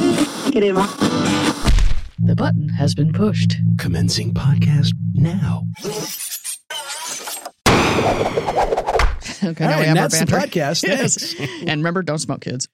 negative. The button has been pushed. Commencing podcast now. Okay, All now right, we have Oh, that's our the banter. podcast. Yes. and remember, don't smoke, kids.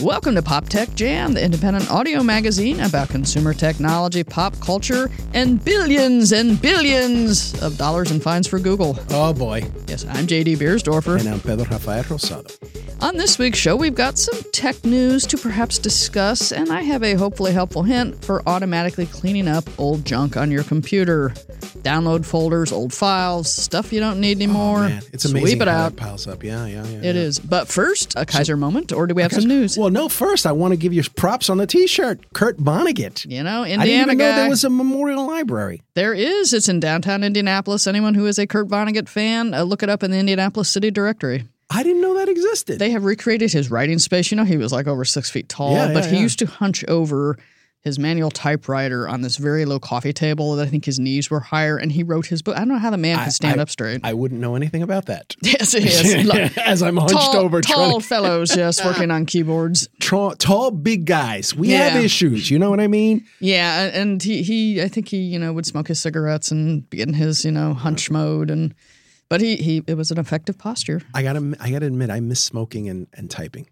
Welcome to Pop Tech Jam, the independent audio magazine about consumer technology, pop culture, and billions and billions of dollars in fines for Google. Oh boy. Yes, I'm JD Beersdorfer. And I'm Pedro Rafael Rosado. On this week's show, we've got some tech news to perhaps discuss, and I have a hopefully helpful hint for automatically cleaning up old junk on your computer. Download folders, old files, stuff you don't need anymore. Oh, Man, it's amazing Sweep it how out. that piles up. Yeah, yeah, yeah. It is. But first, a Kaiser moment, or do we have some news? Well, no, first I want to give you props on the t-shirt. Kurt Vonnegut. you know, I didn't Indiana even know guy. there was a memorial library. there is. It's in downtown Indianapolis. Anyone who is a Kurt Vonnegut fan, uh, look it up in the Indianapolis City Directory. I didn't know that existed. They have recreated his writing space. You know, he was like over six feet tall, Yeah, yeah, but he yeah. used to hunch over his manual typewriter on this very low coffee table that I think his knees were higher, and he wrote his book. I don't know how the man I- could stand I- up straight. I wouldn't know anything about that. yes, yes. Like, As I'm hunched tall, over trying tall fellows, yes, working on keyboards. tall, tall big guys. We have Yeah. issues. You know what I mean? Yeah, a- and he, he, I think he, you know, would smoke his cigarettes and be in his, you know, hunch mode, and but he, he, it was an effective posture. I gotta, I gotta admit, I miss smoking and, and typing.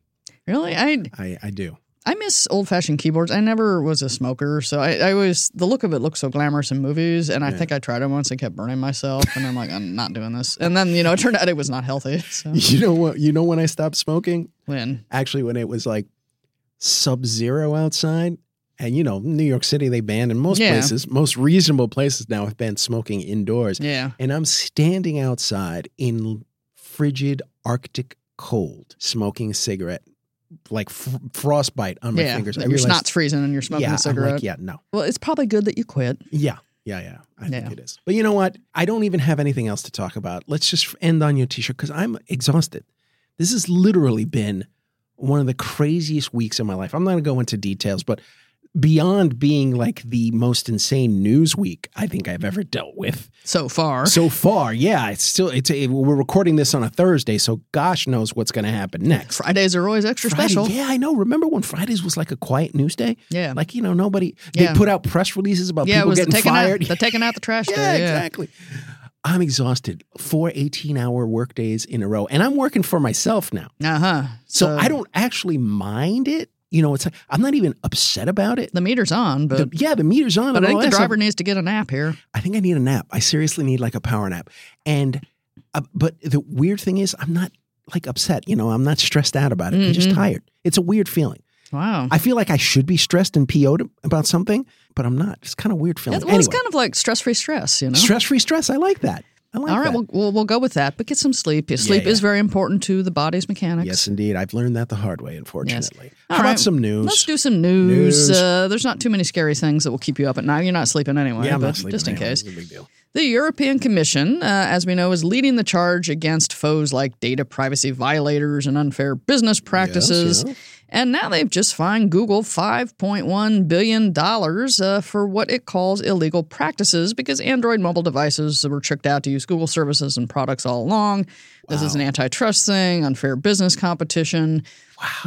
Really, I, I, I do. I miss old fashioned keyboards. I never was a smoker, so I, I always the look of it looks so glamorous in movies, and I think I tried them once and kept burning myself, and I'm like, I'm not doing this. And then you know, it turned out it was not healthy. So You know what? You know when I stopped smoking? when Actually, when it was like sub-zero outside, and you know, New York City they banned in most Yeah. places, most reasonable places now have banned smoking indoors, yeah, and I'm standing outside in frigid Arctic cold, smoking a cigarette, like fr- frostbite on my yeah, fingers. I your realized- snot's freezing and you're smoking yeah, a I'm cigarette. like, yeah, no, Well, it's probably good that you quit. yeah. Yeah, yeah, I Yeah. think it is. But you know what? I don't even have anything else to talk about. Let's just end on your t-shirt because I'm exhausted. This has literally been one of the craziest weeks of my life. I'm not going to go into details, but beyond being like the most insane news week I think I've ever dealt with So far, so far. Yeah, it's still it's it, we're recording this on a Thursday, so gosh knows what's going to happen next. Fridays are always extra Friday- special. yeah, I know. Remember when Fridays was like a quiet news day? Yeah. Like, you know, nobody, Yeah. they put out press releases about Yeah, it people was the getting taking out fired. the taking out the trash Yeah, day. Yeah, exactly. I'm exhausted. Four 18 hour work days in a row. And I'm working for myself now. uh huh. So, I don't actually mind it. You know, it's I'm not even upset about it. The meter's on, but The- yeah, the meter's on. but and I think all the that stuff. driver needs to get a nap here. I think I need a nap. I seriously need like a power nap. And, uh, but the weird thing is, I'm not like upset. You know, I'm not stressed out about it. I'm just Mhm. tired. It's a weird feeling. Wow. I feel like I should be stressed and PO'd about something, but I'm not. It's kind of weird feeling. It- well, it's Anyway, kind of like stress free stress, you know. stress free stress. I like that. I like All right, that. we'll, we'll we'll go with that, but get some sleep. Sleep is yeah. very important to the body's mechanics. yes, indeed. I've learned that the hard way, unfortunately. How All about right. some news? Let's do some news. News. Uh, there's not too many scary things that will keep you up at night. You're not sleeping anyway, yeah, I'm but not sleeping just in anyway. case. It's a big deal. The European Commission, uh, as we know, is leading the charge against foes like data privacy violators and unfair business practices. yeah. And now they've just fined Google $5.1 billion uh, for what it calls illegal practices because Android mobile devices were tricked out to use Google services and products all along. This is an antitrust thing, unfair business competition.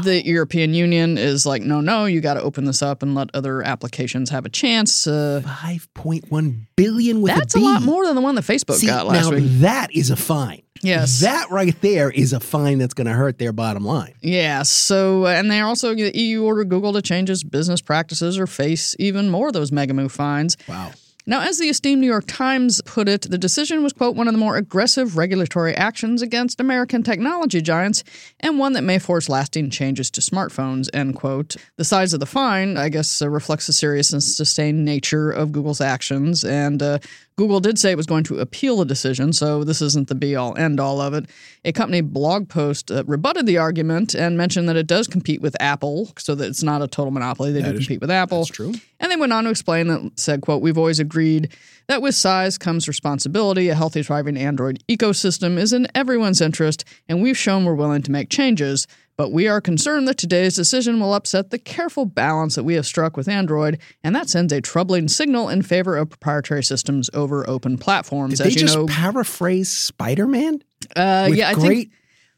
The European Union is like, no, no, you got to open this up and let other applications have a chance. Uh, Five point one billion with that's a a B. lot more than the one that Facebook See, got last now week. that is a fine. Yes. that right there is a fine that's going to hurt their bottom line. Yeah. So, uh, and they also, the EU ordered Google to change its business practices or face even more of those megamoo fines. Wow. Now, as the esteemed New York Times put it, the decision was, quote, one of the more aggressive regulatory actions against American technology giants and one that may force lasting changes to smartphones, end quote. The size of the fine, I guess, uh, reflects the serious and sustained nature of Google's actions. And uh, Google did say it was going to appeal the decision, so this isn't the be all end all of it. A company blog post uh, rebutted the argument and mentioned that it does compete with Apple, so that it's not a total monopoly. They do is- compete with Apple. That's true. And they went on to explain that said, quote, we've always agreed that with size comes responsibility. A healthy, thriving Android ecosystem is in everyone's interest, and we've shown we're willing to make changes. But we are concerned that today's decision will upset the careful balance that we have struck with Android, and that sends a troubling signal in favor of proprietary systems over open platforms. Did they As you just know, paraphrase Spider Man? uh, with yeah, I great think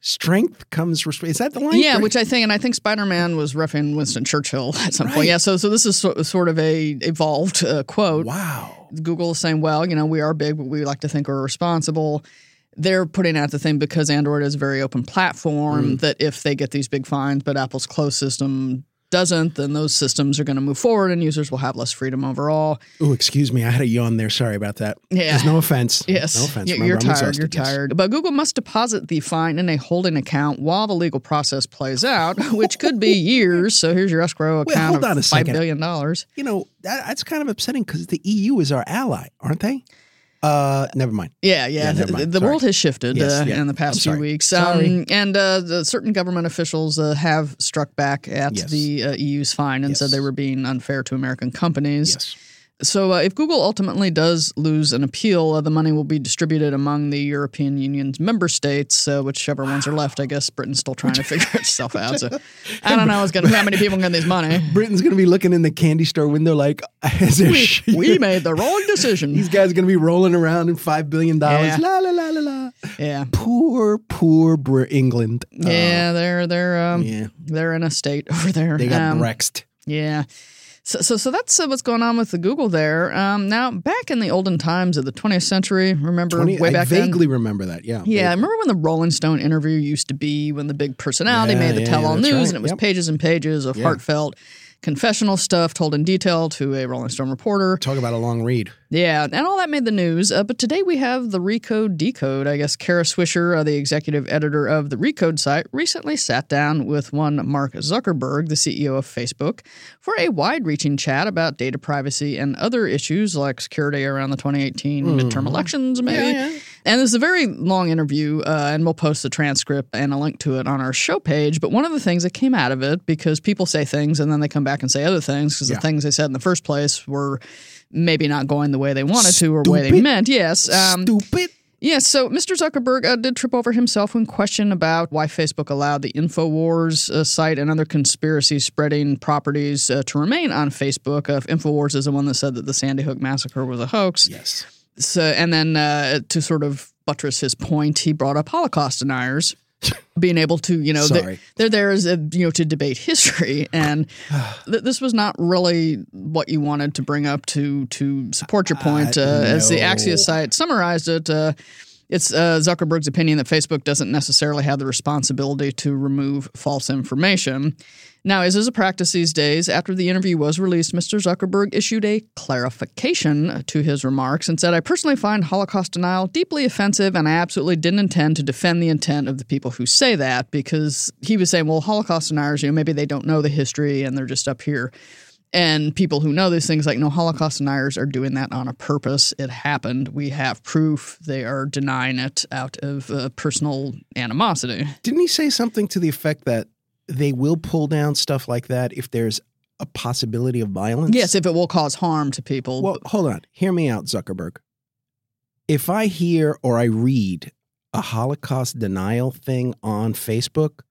strength comes resp- is that the line? Yeah, which I think, and I think Spider Man was roughing Winston Churchill at some Right. point. Yeah, so so this is so, sort of a evolved uh, quote. wow. Google is saying, well, you know, we are big, but we like to think we're responsible. They're putting out the thing because Android is a very open platform Mm. that if they get these big fines, but Apple's closed system doesn't, then those systems are going to move forward and users will have less freedom overall. Oh, excuse me, I had a yawn there. Sorry about that. Yeah. There's no offense. Yes. No offense. Y- Remember, You're I'm tired. exhausted. You're Yes. tired. But Google must deposit the fine in a holding account while the legal process plays out, which could be years. So here's your escrow Wait, account hold on a of five second. billion dollars. You know that, that's kind of upsetting because the EU is our ally, aren't they? Uh, never mind. Yeah, yeah. Yeah, never The- mind. the Sorry. world has shifted Yes, uh, yeah. in the I'm past few sorry. weeks. Sorry. and uh, the certain government officials uh, have struck back at Yes. the uh, EU's fine and Yes. said they were being unfair to American companies. Yes. So, uh, if Google ultimately does lose an appeal, uh, the money will be distributed among the European Union's member states, uh, whichever ones are left. I guess Britain's still trying to figure itself out. So, I don't know who's gonna, how many people are going to get this money. Britain's gonna be looking in the candy store window like, is there We, shit? we made the wrong decision. These guys are gonna be rolling around in five billion dollars. Yeah. La la la la la. Yeah. Poor, poor Br- England. Uh, Yeah, they're they're um, yeah. they're in a state over there. They got Um, brexed. Yeah. So, so, so that's uh, what's going on with the Google there. Um, now, back in the olden times of the 20th century, remember 20 way I back then? vaguely remember that. Yeah. Yeah, I remember when the Rolling Stone interview used to be when the big personality Yeah, made the yeah, tell all yeah, that's news, right. and it was Yep. pages and pages of Yeah. heartfelt confessional stuff told in detail to a Rolling Stone reporter. Talk about a long read. Yeah, and all that made the news. Uh, but today we have the Recode Decode. I guess Kara Swisher, uh, the executive editor of the Recode site, recently sat down with one Mark Zuckerberg, the CEO of Facebook, for a wide reaching chat about data privacy and other issues like security around the 2018 midterm elections, maybe. And it's a very long interview, uh, and we'll post the transcript and a link to it on our show page. But one of the things that came out of it, because people say things and then they come back and say other things, because Yeah. the things they said in the first place were maybe not going the way they wanted to or the way they Stupid. meant. Yes. Um, Stupid. Yes, so Mr. Zuckerberg uh, did trip over himself when questioned about why Facebook allowed the InfoWars uh, site and other conspiracy spreading properties uh, to remain on Facebook. Uh, if InfoWars is the one that said that the Sandy Hook massacre was a hoax. Yes. So, and then uh, to sort of buttress his point, he brought up Holocaust deniers. Being able to, you know, they're, Sorry. they're there as a, you know to debate history, and th- this was not really what you wanted to bring up to to support your point. Uh, Uh, As the no. Axios site summarized it, uh, it's uh, Zuckerberg's opinion that Facebook doesn't necessarily have the responsibility to remove false information. Now, as is a practice these days, after the interview was released, Mr. Zuckerberg issued a clarification to his remarks and said, I personally find Holocaust denial deeply offensive, and I absolutely didn't intend to defend the intent of the people who say that because he was saying, well, Holocaust deniers, you know, maybe they don't know the history and they're just up here. And people who know these things, like, no, Holocaust deniers are doing that on a purpose. It happened. We have proof. They are denying it out of uh, personal animosity. Didn't he say something to the effect that they will pull down stuff like that if there's a possibility of violence? Yes, if it will cause harm to people. Well, hold on. Hear me out, Zuckerberg. If I hear or I read a Holocaust denial thing on Facebook,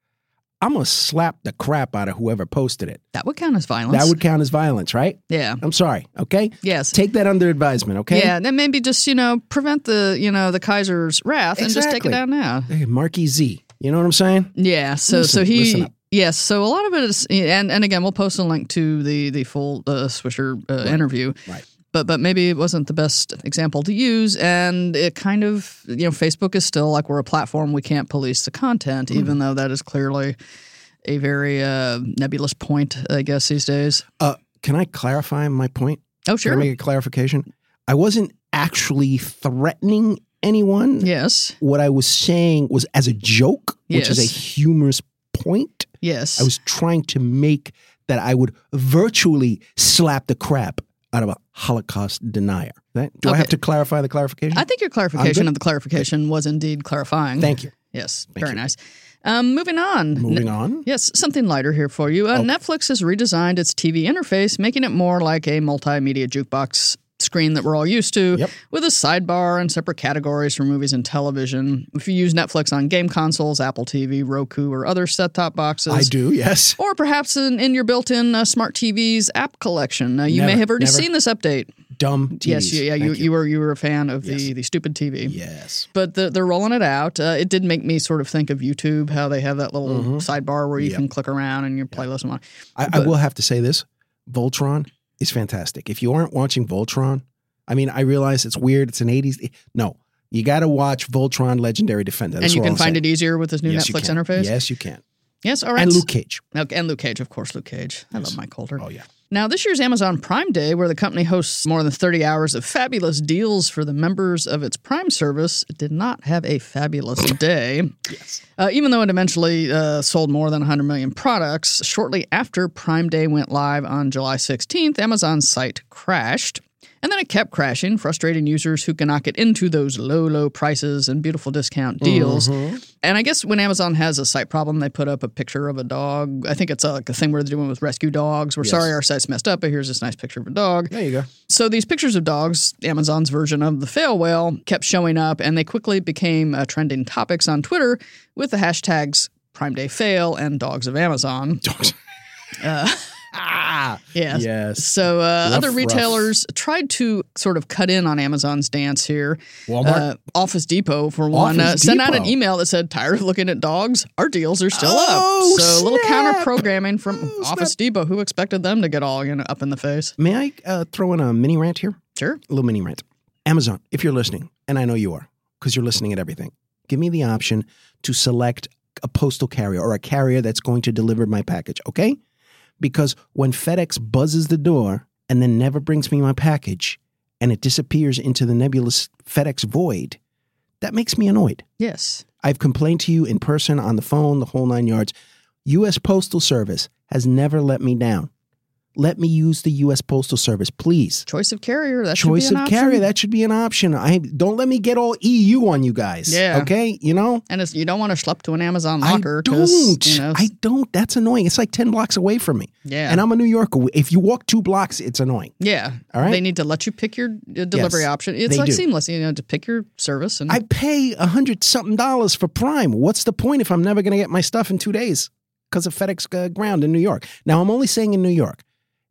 I'm going to slap the crap out of whoever posted it. that would count as violence. That would count as violence, right? Yeah. I'm sorry. Okay. Yes. Take that under advisement, okay? Yeah, then maybe just you know prevent the you know the Kaiser's wrath and just take it Exactly. down now. Hey, Marky Z. You know what I'm saying? Yeah. So so Listen- he listen up. yes. So a lot of it is and and again we'll post a link to the the full uh, Swisher uh, interview. Right. But but maybe it wasn't the best example to use, and it kind of you know Facebook is still like we're a platform we can't police the content, Hmm. even though that is clearly a very uh, nebulous point, I guess these days. Uh, can I clarify my point? Oh Can I sure. make a clarification? I wasn't actually threatening anyone. Yes. What I was saying was as a joke, which is a Yes. humorous point. Yes. I was trying to make that I would virtually slap the crap out of a Holocaust denier. Right? Do I Okay. Uh, have to clarify the clarification? I think your clarification good. of the clarification was indeed clarifying. Thank you. Yes, Thank very you. nice. Um, moving on. Moving on. Yes, something lighter here for you. Uh, Netflix has redesigned its TV interface, making it more like a multimedia jukebox screen that we're all used to, Yep. with a sidebar and separate categories for movies and television. If you use Netflix on game consoles, Apple TV, Roku, or other set top boxes, I do, yes. or perhaps in, in your built in uh, smart TV's app collection, uh, you may Never, have already never. seen this update. dumb TVs. Yes, you, yeah, you, Thank you were you were a fan of the Yes. the stupid TV. Yes. But the, they're rolling it out. Uh, it did make me sort of think of YouTube, how they have that little Mhm. sidebar where you Yep. can click around and your playlist and on. I, I But- will have to say this Voltron is fantastic. If you aren't watching Voltron, I mean, I realize it's weird. It's an 80s. No, you got to watch Voltron Legendary Defender. And you can find it easier with this new yes, you Netflix can. interface. Yes, you can. Yes, all right. And Luke Cage. Okay, and Luke Cage, of course, Luke Cage. I love Mike Holder. Oh, yeah. Now, this year's Amazon Prime Day, where the company hosts more than 30 hours of fabulous deals for the members of its Prime service, did not have a fabulous day. Yes. Uh, even though it eventually uh, sold more than 100 million products, shortly after Prime Day went live on July 16th, Amazon's site crashed. And then it kept crashing, frustrating users who cannot get into those low, low prices and beautiful discount deals. Mm-hmm. And I guess when Amazon has a site problem, they put up a picture of a dog. I think it's uh, like a thing where they're doing with rescue dogs. We're Yes. sorry our site's messed up, but here's this nice picture of a dog. There you go. So these pictures of dogs, Amazon's version of the fail whale, kept showing up, and they quickly became uh, trending topics on Twitter with the hashtags Prime Day Fail and Dogs of Amazon. Uh, ah. yeah. Yes. So uh, Rough, other rough. retailers tried to sort of cut in on Amazon's dance here. Walmart. Uh, Office Depot, for one, uh, Office sent out an Depot. email that said, "Tired of looking at dogs? Our deals are still Oh, up." So a little snap. counter programming from Oh, Office Depot. Who expected them to get all you know up in the face? May I uh, throw in a mini rant here? Sure. A little mini rant. Amazon, if you're listening, and I know you are because you're listening at everything, give me the option to select a postal carrier or a carrier that's going to deliver my package, okay? Because when FedEx buzzes the door and then never brings me my package and it disappears into the nebulous FedEx void, that makes me annoyed. Yes. I've complained to you in person, on the phone, the whole nine yards. U.S. Postal Service has never let me down. Let me use the U.S. Postal Service, please. Choice of carrier. That should be Choice an of option. carrier, that should be an option. I don't let me get all EU on you guys. Yeah. Okay. You know, And it's, you don't want to schlep to an Amazon I locker. don't. You know, I don't. That's annoying. It's like ten blocks away from me, yeah. and I'm a New Yorker. If you walk two blocks, it's annoying. yeah. All right. They need to let you pick your uh, delivery Yes, option. It's they like do. seamless, you know, to pick your service. And I pay a hundred something dollars for Prime. What's the point if I'm never going to get my stuff in two days because of FedEx uh, ground in New York? Now I'm only saying in New York.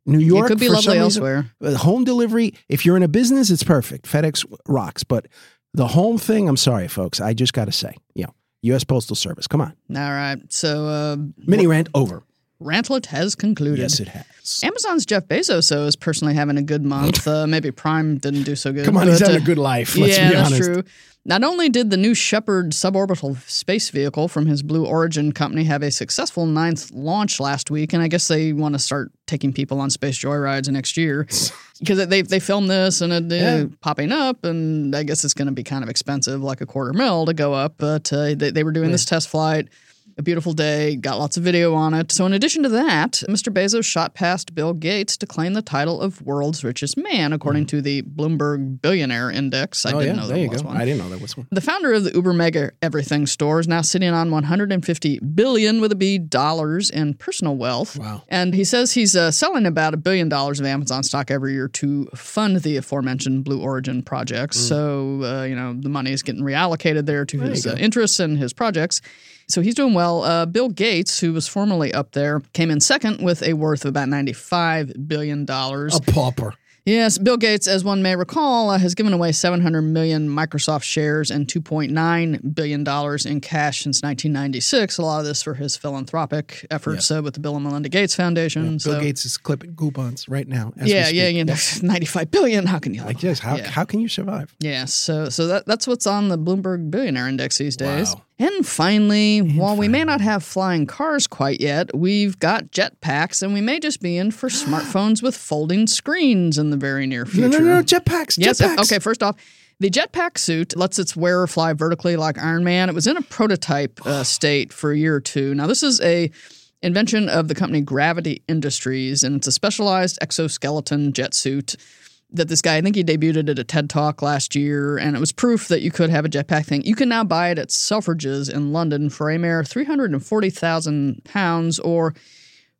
New York it could be for lovely some reason- elsewhere. uh, home delivery. If you're in a business, it's perfect. FedEx rocks, but the home thing. I'm sorry, folks. I just got to say, you know, U.S. Postal Service. Come on, All right. So uh, mini rant over. Rantlet has concluded. Yes, it has. Amazon's Jeff Bezos though, is personally having a good month. Uh, maybe Prime didn't do so good. Come on, he's but, having uh, a good life. Let's yeah, be that's honest. true. Not only did the new Shepard suborbital space vehicle from his Blue Origin company have a successful ninth launch last week, and I guess they want to start taking people on space joyrides next year because they they filmed this and it, uh, Yeah. popping up, and I guess it's going to be kind of expensive, like a quarter mil to go up. But uh, they, they were doing this test flight. A beautiful day, got lots of video on it. So, in addition to that, Mr. Bezos shot past Bill Gates to claim the title of world's richest man, according to the Bloomberg Billionaire Index. I Oh yeah, didn't know there there you was go. one. I didn't know there was one. The founder of the Uber Mega Everything store is now sitting on 150 billion with a B dollars in personal wealth. Wow. And he says he's uh, selling about a billion dollars of Amazon stock every year to fund the aforementioned Blue Origin projects. Mm. So, uh, you know, the money is getting reallocated there to his you uh, interests and his projects. So he's doing well. Uh, Bill Gates, who was formerly up there, came in second with a worth of about $95 billion. A pauper. Yes, Bill Gates, as one may recall, uh, has given away 700 million Microsoft shares and 2.9 billion dollars in cash since 1996. A lot of this for his philanthropic efforts uh, with the Bill and Melinda Gates Foundation. so, Bill Gates is clipping coupons right now. As yeah, we yeah, speak. you know, 95 billion. How can you? Like yes, how Yeah. how can you survive? Yeah, so so that, that's what's on the Bloomberg Billionaire Index these days. Wow. And finally, while we may not have flying cars quite yet, we've got jetpacks, and we may just be in for smartphones with folding screens in the very near No, future. no, no, no, jetpacks. Yes. uh, jetpacks. Okay. First off, the jetpack suit lets its wearer fly vertically like Iron Man. It was in a prototype uh, state for a year or two. Now, this is a invention of the company Gravity Industries, and it's a specialized exoskeleton jet suit that this guy, I think he debuted it at a TED Talk last year, and it was proof that you could have a jetpack thing. You can now buy it at Selfridges in London for a mere three hundred and forty thousand pounds or.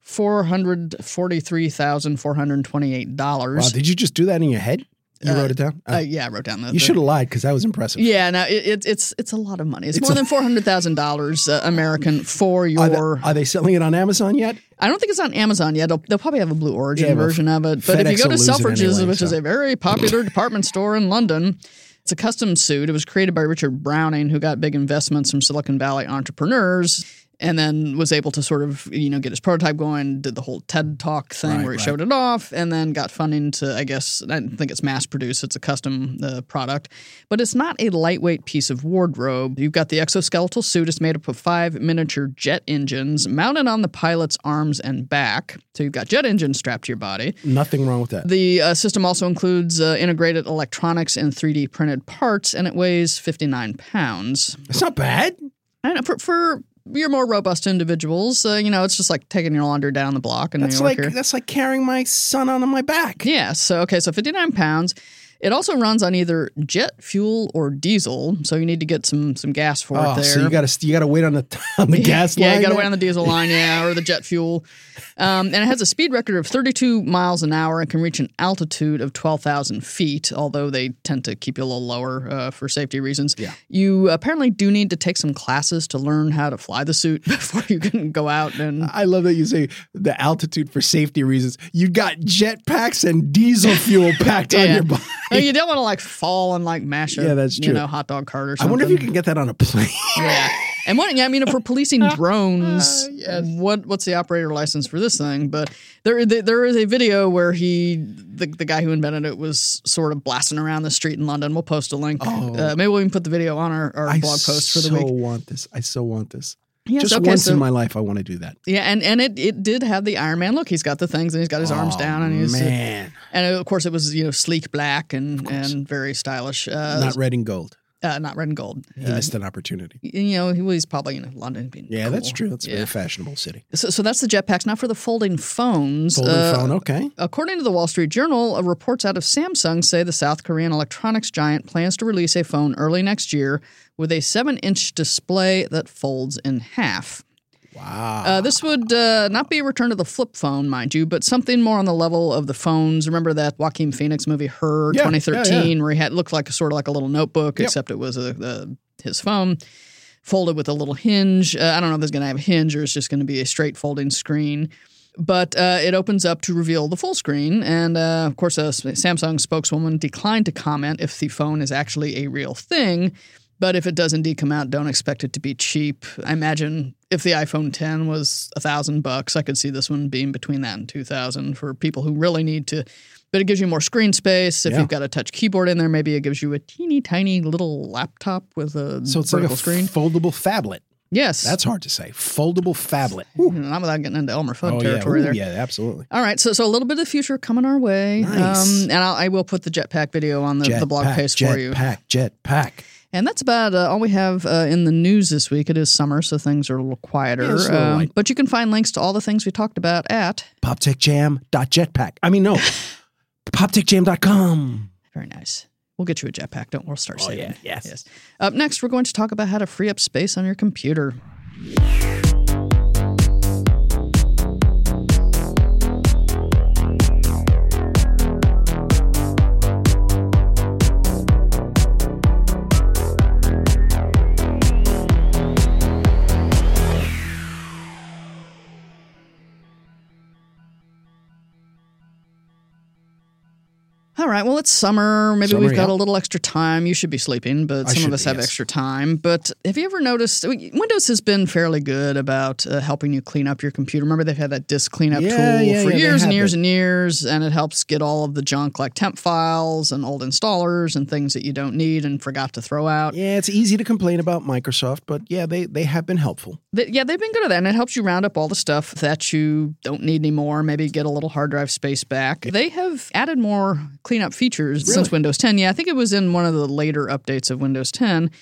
Four hundred forty-three thousand four hundred twenty-eight dollars. Wow, did you just do that in your head? You uh, wrote it down? Oh, uh, yeah, I wrote down the. you the- should have lied because that was impressive. Yeah, no, it, it, it's it's a lot of money. It's, It's more a- than four hundred thousand dollars uh, American for Are they, your. are they selling it on Amazon yet? I don't think it's on Amazon yet. They'll, they'll probably have a Blue Origin Yeah, well, version of it. But if FedEx you go to will lose it Selfridges, anyway, which is so. a very popular department store in London, it's a custom suit. It was created by Richard Browning, who got big investments from Silicon Valley entrepreneurs. And then was able to sort of you know get his prototype going, did the whole TED Talk thing Right, where he right. showed it off, and then got funding to I guess I don't think it's mass produced. It's a custom uh, product, but it's not a lightweight piece of wardrobe. You've got the exoskeletal suit. It's made up of five miniature jet engines mounted on the pilot's arms and back. So you've got jet engines strapped to your body. Nothing wrong with that. The uh, system also includes uh, integrated electronics and 3D printed parts, and it weighs 59 pounds. It's not bad. I don't know, for, for your more robust individuals, uh, you know, it's just like taking your laundry down the block in That's New like Yorker. that's like carrying my son on my back. yeah, so okay, so 59 pounds. It also runs on either jet fuel or diesel, so you need to get some some gas for it Oh, there. so you got to you got to wait on the on the gas yeah, line. you got to there? wait on the diesel line, yeah, or the jet fuel. Um, and it has a speed record of 32 miles an hour and can reach an altitude of 12,000 feet, although they tend to keep you a little lower uh, for safety reasons. Yeah. You apparently do need to take some classes to learn how to fly the suit before you can go out and. I love that you say the altitude for safety reasons. You got jet packs and diesel fuel packed on Yeah. your body. No, you don't want to like fall and like mash a Yeah, that's you true. know hot dog cart or I something. wonder if you can get that on a plane. Yeah. And what yeah, I mean, if we're policing drones, Uh, yes. what what's the operator license for this thing? But there there- there is a video where he the, the guy who invented it was sort of blasting around the street in London. We'll post a link. Oh. Uh, maybe we'll even put the video on our, our blog post for the so week. want this. I so want this. Yes, Just okay, once so- in my life, I want to do that. Yeah, and, and it, it did have the Iron Man look. He's got the things and he's got his arms Oh, down and he's uh, man, and of course it was you know sleek black and and very stylish. Uh, not red and gold. uh, not red and gold. He Uh, missed an opportunity. you know he was probably in London being Yeah, that's cool. true. That's a Yeah. very fashionable city. So, so that's the jetpacks. Now for the folding phones. Golden uh, phone. Okay. According to the Wall Street Journal, uh, reports out of Samsung say the South Korean electronics giant plans to release a phone early next year with a seven inch display that folds in half. Wow. Uh, this would uh, not be a return to the flip phone, mind you, but something more on the level of the phones. Remember that Joaquin Phoenix movie, Her, Yeah, yeah, 2013, where he had looked like sort of like a little notebook, Yep. except it was a, a, his phone folded with a little hinge. Uh, I don't know if there's going to have a hinge or it's just going to be a straight folding screen. But uh, it opens up to reveal the full screen. And uh, of course, a S- Samsung spokeswoman declined to comment if the phone is actually a real thing. But if it does indeed come out, don't expect it to be cheap. I imagine if the iPhone 10 was a thousand bucks, I could see this one being between that and two thousand for people who really need to. But it gives you more screen space. If Yeah. you've got a touch keyboard in there, maybe it gives you a teeny tiny little laptop with a so it's like vertical a screen. foldable phablet. Yes. That's hard to say. Foldable phablet. you know, not without getting into Elmer Fudd Oh yeah. territory Ooh, there. yeah. Absolutely. All right, so so a little bit of the future coming our way, Um, Nice. and I'll, I will put the jetpack video on the, the blog pack, post jet for you. Pack. Jet pack. And that's about uh, all we have uh, in the news this week. It is summer, so things are a little quieter. Um, Yeah, it's a little light. but you can find links to all the things we talked about at poptechjam.jetpack. I mean, no, poptechjam.com. very nice. We'll get you a jetpack. Don't we'll start saving. it. Oh, yes. Yes. Up next, we're going to talk about how to free up space on your computer. All right. Well, it's summer. Maybe Summer, we've got yeah. a little extra time. You should be sleeping, but I some of should us be, have yes. extra time. But have you ever noticed Windows has been fairly good about uh, helping you clean up your computer? Remember, they've had that disk cleanup Yeah, tool yeah, for yeah, they years and have years it. and years, and it helps get all of the junk like temp files and old installers and things that you don't need and forgot to throw out. Yeah, it's easy to complain about Microsoft, but yeah, they, they have been helpful. Th- yeah, they've been good at that, and it helps you round up all the stuff that you don't need anymore. Maybe get a little hard drive space back. They have added more cleanup features since Really? Windows 10. Yeah, I think it was in one of the later updates of Windows 10.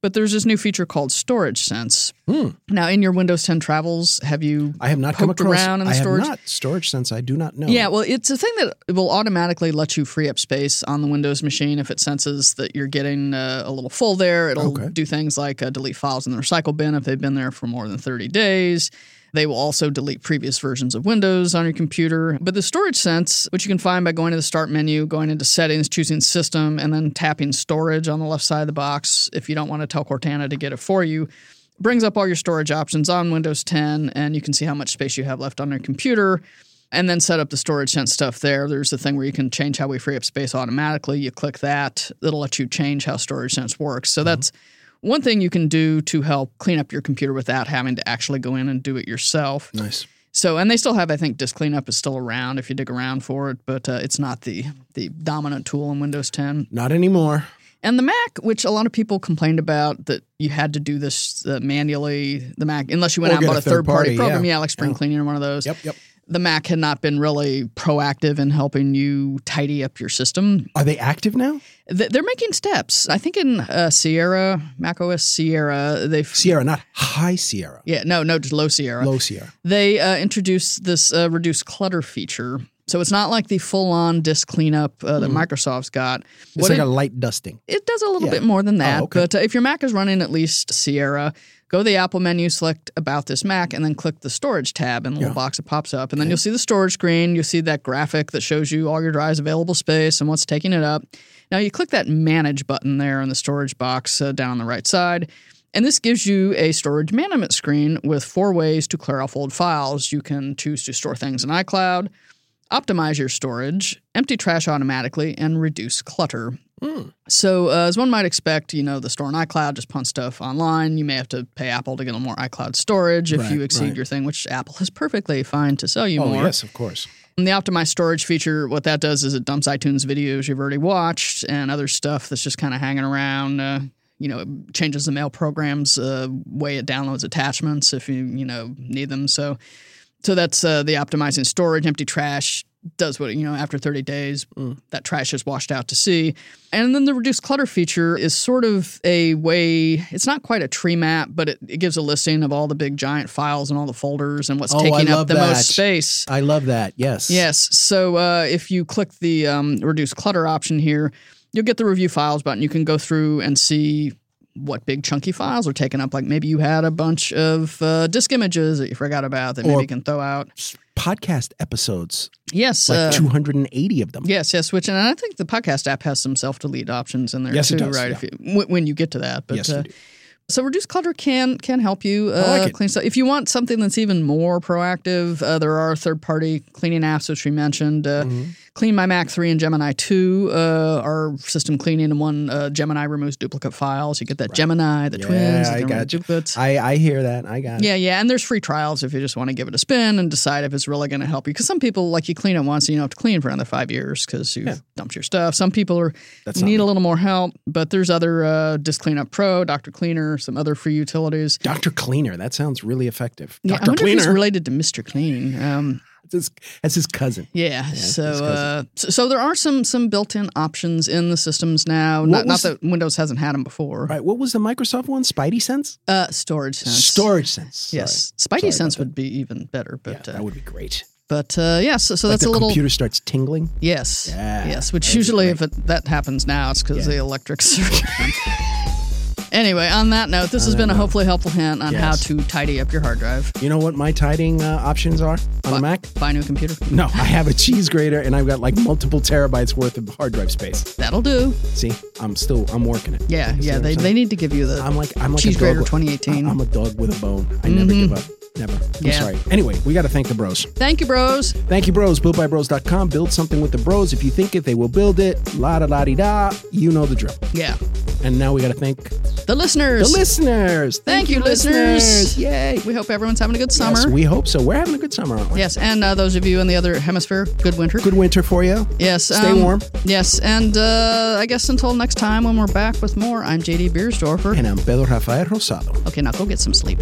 But there's this new feature called Storage Sense. Hmm. Now, in your Windows 10 travels, have you? I have not come Poked across. around in the I have storage? not storage sense. I do not know. Yeah, well, it's a thing that will automatically let you free up space on the Windows machine if it senses that you're getting uh, a little full there. It'll Okay. do things like uh, delete files in the recycle bin if they've been there for more than 30 days. They will also delete previous versions of Windows on your computer. But the storage sense, which you can find by going to the start menu, going into settings, choosing system, and then tapping storage on the left side of the box if you don't want to tell Cortana to get it for you, brings up all your storage options on Windows 10, and you can see how much space you have left on your computer. And then set up the storage sense stuff there. There's a thing where you can change how we free up space automatically. You click that, it'll let you change how storage sense works. So that's one thing you can do to help clean up your computer without having to actually go in and do it yourself. Nice. So, and they still have, I think, disk cleanup is still around if you dig around for it, but uh, it's not the the dominant tool in Windows 10. Not anymore. And the Mac, which a lot of people complained about that you had to do this uh, manually, the Mac, unless you went Or out and get bought a a third third party, party, program. yeah. Yeah, like Spring Cleaning or one of those. Yep. Yep. The Mac had not been really proactive in helping you tidy up your system. Are they active now? Th- They're making steps. I think in uh, Sierra, Mac OS Sierra, they've. Sierra, not High Sierra. Yeah, no, no, just low Sierra. Low Sierra. They uh, introduced this uh, reduce clutter feature. So it's not like the full on disk cleanup uh, that Microsoft's got. Mm-hmm. It's What like it, a light dusting. it does a little Yeah. bit more than that. Oh, okay. But uh, if your Mac is running at least Sierra, go to the Apple menu, select About This Mac, and then click the Storage tab in the little Yeah. box that pops up. And then you'll see the storage screen. You'll see that graphic that shows you all your drives, available space, and what's taking it up. Now you click that Manage button there in the storage box uh, down on the right side. And this gives you a storage management screen with four ways to clear off old files. You can choose to store things in iCloud, optimize your storage, empty trash automatically, and reduce clutter. Hmm. So, uh, as one might expect, you know, the store in iCloud just punts stuff online. You may have to pay Apple to get a more iCloud storage if Right, you exceed right. your thing, which Apple is perfectly fine to sell you Oh, more. yes, of course. And the optimized storage feature, what that does is it dumps iTunes videos you've already watched and other stuff that's just kind of hanging around. Uh, you know, it changes the mail program's uh, way it downloads attachments if you you know need them. So, so that's uh, the optimizing storage. Empty trash does what you know after 30 days Mm. that trash is washed out to sea. And then the reduced clutter feature is sort of a way. It's not quite a tree map, but it, it gives a listing of all the big giant files and all the folders and what's Oh, I taking love up the that. most space. I love that. Yes. Yes. So uh, if you click the um, reduce clutter option here, you'll get the review files button. You can go through and see what big chunky files are taken up. Like maybe you had a bunch of uh, disk images that you forgot about that maybe Or- you can throw out. Podcast episodes, Yes. like uh, 280 of them. Yes, yes, which and I think the podcast app has some self delete options in there Yes, too, it does, right? yeah. If you, w- when you get to that, but Yes, uh, it is. so reduce clutter can can help you uh, like it. clean stuff. If you want something that's even more proactive, uh, there are third party cleaning apps which we mentioned. Uh, Mm-hmm. Clean My Mac three and Gemini two uh, are system cleaning, and one uh, Gemini removes duplicate files. You get that Gemini, the Yeah, twins, I the got you. duplicates. I, I hear that. I got it. Yeah, yeah, and there's free trials if you just want to give it a spin and decide if it's really going to help you. Because some people like you clean it once and you don't have to clean for another five years because you have dumped your stuff. Some people are That's not need a little more help, but there's other uh, Disk Cleanup Pro, Doctor Cleaner, some other free utilities. Dr. Cleaner. That sounds really effective. Yeah, I Dr. wonder if Cleaner. he's related to Mister Clean. Um, that's, his, that's his cousin. yeah, so his cousin. uh, so so there are some some built-in options in the systems now. Not, What not was- that Windows hasn't had them before. Right. What was the Microsoft one? Spidey Sense? Uh, storage sense. Storage Sense. Sorry. Yes, Sorry Spidey about Sense that. would be even better, Yeah, but that uh, would be great. but uh, yeah. So, so Like that's the a little computer starts tingling. Yes. Yeah, Yes, which usually if it, that happens now, it's because the electric circuit. anyway, on that note, this has been a hopefully helpful hint on how Yes. to tidy up your hard drive. You know what my tidying uh, options are on a Mac? Buy a new computer. No, I have a cheese grater and I've got like multiple terabytes worth of hard drive space. That'll do. See, I'm still I'm working it. Yeah, You see yeah. what I'm They, saying? they need to give you the I'm like I'm like cheese a dog grater with- 2018. I'm a dog with a bone. I never give up. Never. I'm Yeah. sorry. Anyway, we got to thank the bros. Thank you, bros. Thank you, bros. Builtbybros.com. Build something with the bros. If you think it, they will build it. La da da dee da. You know the drill. Yeah. And now we got to thank the The listeners. listeners. Thank you, listeners. Yay. we hope everyone's having a good summer. Yes, we hope so. We're having a good summer, aren't we? Yes, and uh, those of you in the other hemisphere, good winter. Good winter for you. Yes. Stay um, warm. Yes, and uh, I guess until next time when we're back with more, I'm JD Beersdorfer. And I'm Pedro Rafael Rosado. Okay, now go get some sleep.